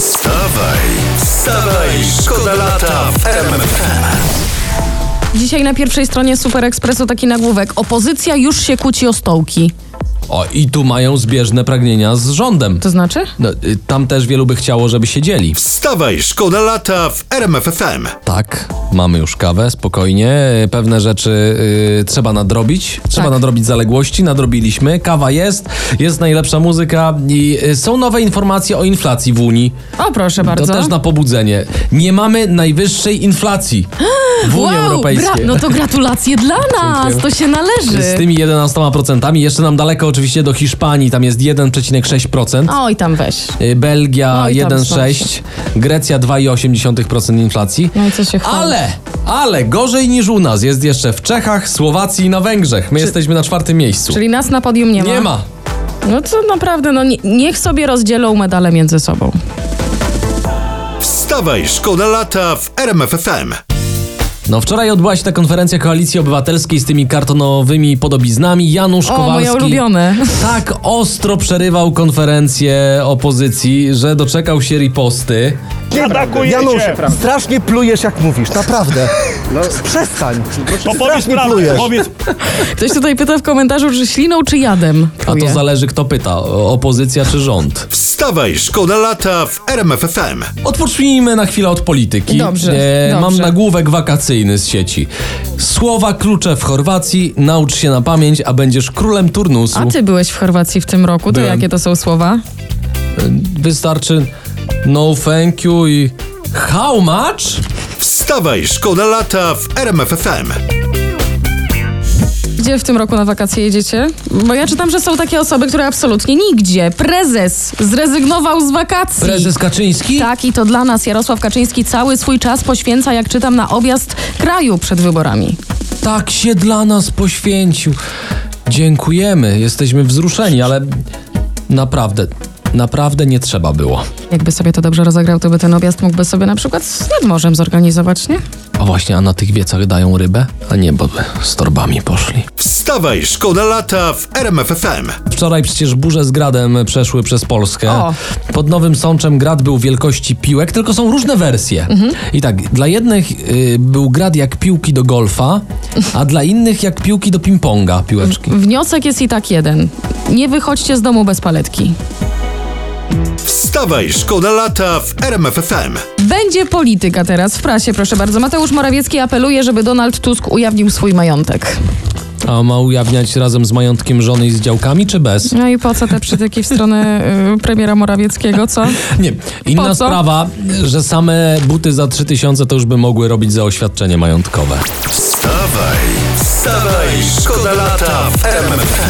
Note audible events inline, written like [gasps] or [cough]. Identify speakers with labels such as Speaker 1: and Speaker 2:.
Speaker 1: Wstawaj, wstawaj, szkoda lata w RMFFM.
Speaker 2: Dzisiaj na pierwszej stronie Super Expressu taki nagłówek. Opozycja już się kłóci o stołki.
Speaker 3: O, i tu mają zbieżne pragnienia z rządem.
Speaker 2: To znaczy?
Speaker 3: No, y, tam też wielu by chciało, żeby siedzieli.
Speaker 1: Wstawaj, szkoda lata w RMFFM.
Speaker 3: Tak, mamy już kawę, spokojnie. y, Pewne rzeczy y, trzeba nadrobić. Trzeba
Speaker 2: Tak.
Speaker 3: nadrobić zaległości, nadrobiliśmy. Kawa jest, jest najlepsza muzyka i y, są nowe informacje o inflacji w Unii.
Speaker 2: O, proszę bardzo.
Speaker 3: To też na pobudzenie. Nie mamy
Speaker 2: [gasps]
Speaker 3: najwyższej inflacji w Unii
Speaker 2: wow,
Speaker 3: Europejskiej.
Speaker 2: Bra- no to gratulacje dla nas,
Speaker 3: Dziękuję.
Speaker 2: to się należy.
Speaker 3: Z tymi 11%. Jeszcze nam daleko oczywiście do Hiszpanii, tam jest 1,6%.
Speaker 2: Oj, tam weź.
Speaker 3: Y, Belgia
Speaker 2: No i tam
Speaker 3: 1,6, Grecja 2,8% inflacji.
Speaker 2: No i co się chwali?
Speaker 3: Ale, ale gorzej niż u nas jest jeszcze w Czechach, Słowacji i na Węgrzech. My jesteśmy na czwartym miejscu.
Speaker 2: Czyli nas na podium nie ma.
Speaker 3: Nie ma.
Speaker 2: No to naprawdę, no nie, niech sobie rozdzielą medale między sobą.
Speaker 1: Wstawaj, szkoda lata w RMFFM.
Speaker 3: No wczoraj odbyła się ta konferencja Koalicji Obywatelskiej z tymi kartonowymi podobiznami. Janusz
Speaker 2: O,
Speaker 3: Kowalski
Speaker 2: moje
Speaker 3: [laughs]
Speaker 2: ulubione. [laughs]
Speaker 3: tak ostro przerywał konferencję opozycji, że doczekał się riposty.
Speaker 4: Atakujecie!
Speaker 5: Janusz, strasznie plujesz jak mówisz, naprawdę. Przestań.
Speaker 4: No. to powiedz
Speaker 5: strasznie
Speaker 4: prawdę,
Speaker 5: plujesz.
Speaker 4: powiedz
Speaker 2: Ktoś tutaj pyta w komentarzu, czy śliną, czy jadem.
Speaker 3: A to
Speaker 2: Pluje.
Speaker 3: zależy kto pyta, o- opozycja czy rząd.
Speaker 1: Wstawaj, szkoda lata w RMFFM.
Speaker 3: Odpocznijmy na chwilę od polityki. E,
Speaker 2: Dobrze, dobrze.
Speaker 3: Mam nagłówek wakacyjny z sieci. Słowa klucze w Chorwacji, naucz się na pamięć, a będziesz królem turnusu.
Speaker 2: A ty byłeś w Chorwacji w tym roku, to
Speaker 3: Byłem.
Speaker 2: jakie to są słowa?
Speaker 3: Wystarczy no thank you i how much?
Speaker 1: Wstawaj, szkoda lata w RMFFM.
Speaker 2: Gdzie w tym roku na wakacje jedziecie? Bo ja czytam, że są takie osoby, które absolutnie nigdzie. Prezes zrezygnował z wakacji.
Speaker 3: Prezes Kaczyński?
Speaker 2: Tak, i to dla nas Jarosław Kaczyński cały swój czas poświęca, jak czytam, na objazd kraju przed wyborami.
Speaker 3: Tak się dla nas poświęcił. Dziękujemy, jesteśmy wzruszeni, ale naprawdę, naprawdę nie trzeba było.
Speaker 2: Jakby sobie to dobrze rozegrał, to by ten objazd mógłby sobie na przykład nad morzem zorganizować, nie?
Speaker 3: A właśnie, a na tych wiecach dają rybę? A nie, bo z torbami poszli.
Speaker 1: Wstawaj, szkoda lata w RMFFM.
Speaker 3: Wczoraj przecież burze z gradem przeszły przez Polskę.
Speaker 2: O.
Speaker 3: Pod Nowym Sączem grad był wielkości piłek, tylko są różne wersje.
Speaker 2: Mhm.
Speaker 3: I tak, dla jednych y, był grad jak piłki do golfa, a dla innych jak piłki do ping-ponga, piłeczki.
Speaker 2: Wniosek jest i tak jeden. Nie wychodźcie z domu bez paletki.
Speaker 1: Wstawaj, szkoda lata w RMFFM.
Speaker 2: Będzie polityka teraz w prasie, proszę bardzo. Mateusz Morawiecki apeluje, żeby Donald Tusk ujawnił swój majątek.
Speaker 3: A ma ujawniać razem z majątkiem żony i z działkami, czy bez?
Speaker 2: No i po co te przytyki w stronę y, premiera Morawieckiego, co?
Speaker 3: Nie.
Speaker 2: Po co?
Speaker 3: Inna sprawa, że same buty za 3000 to już by mogły robić za oświadczenie majątkowe.
Speaker 1: Wstawaj, wstawaj, szkoda lata w RMFFM.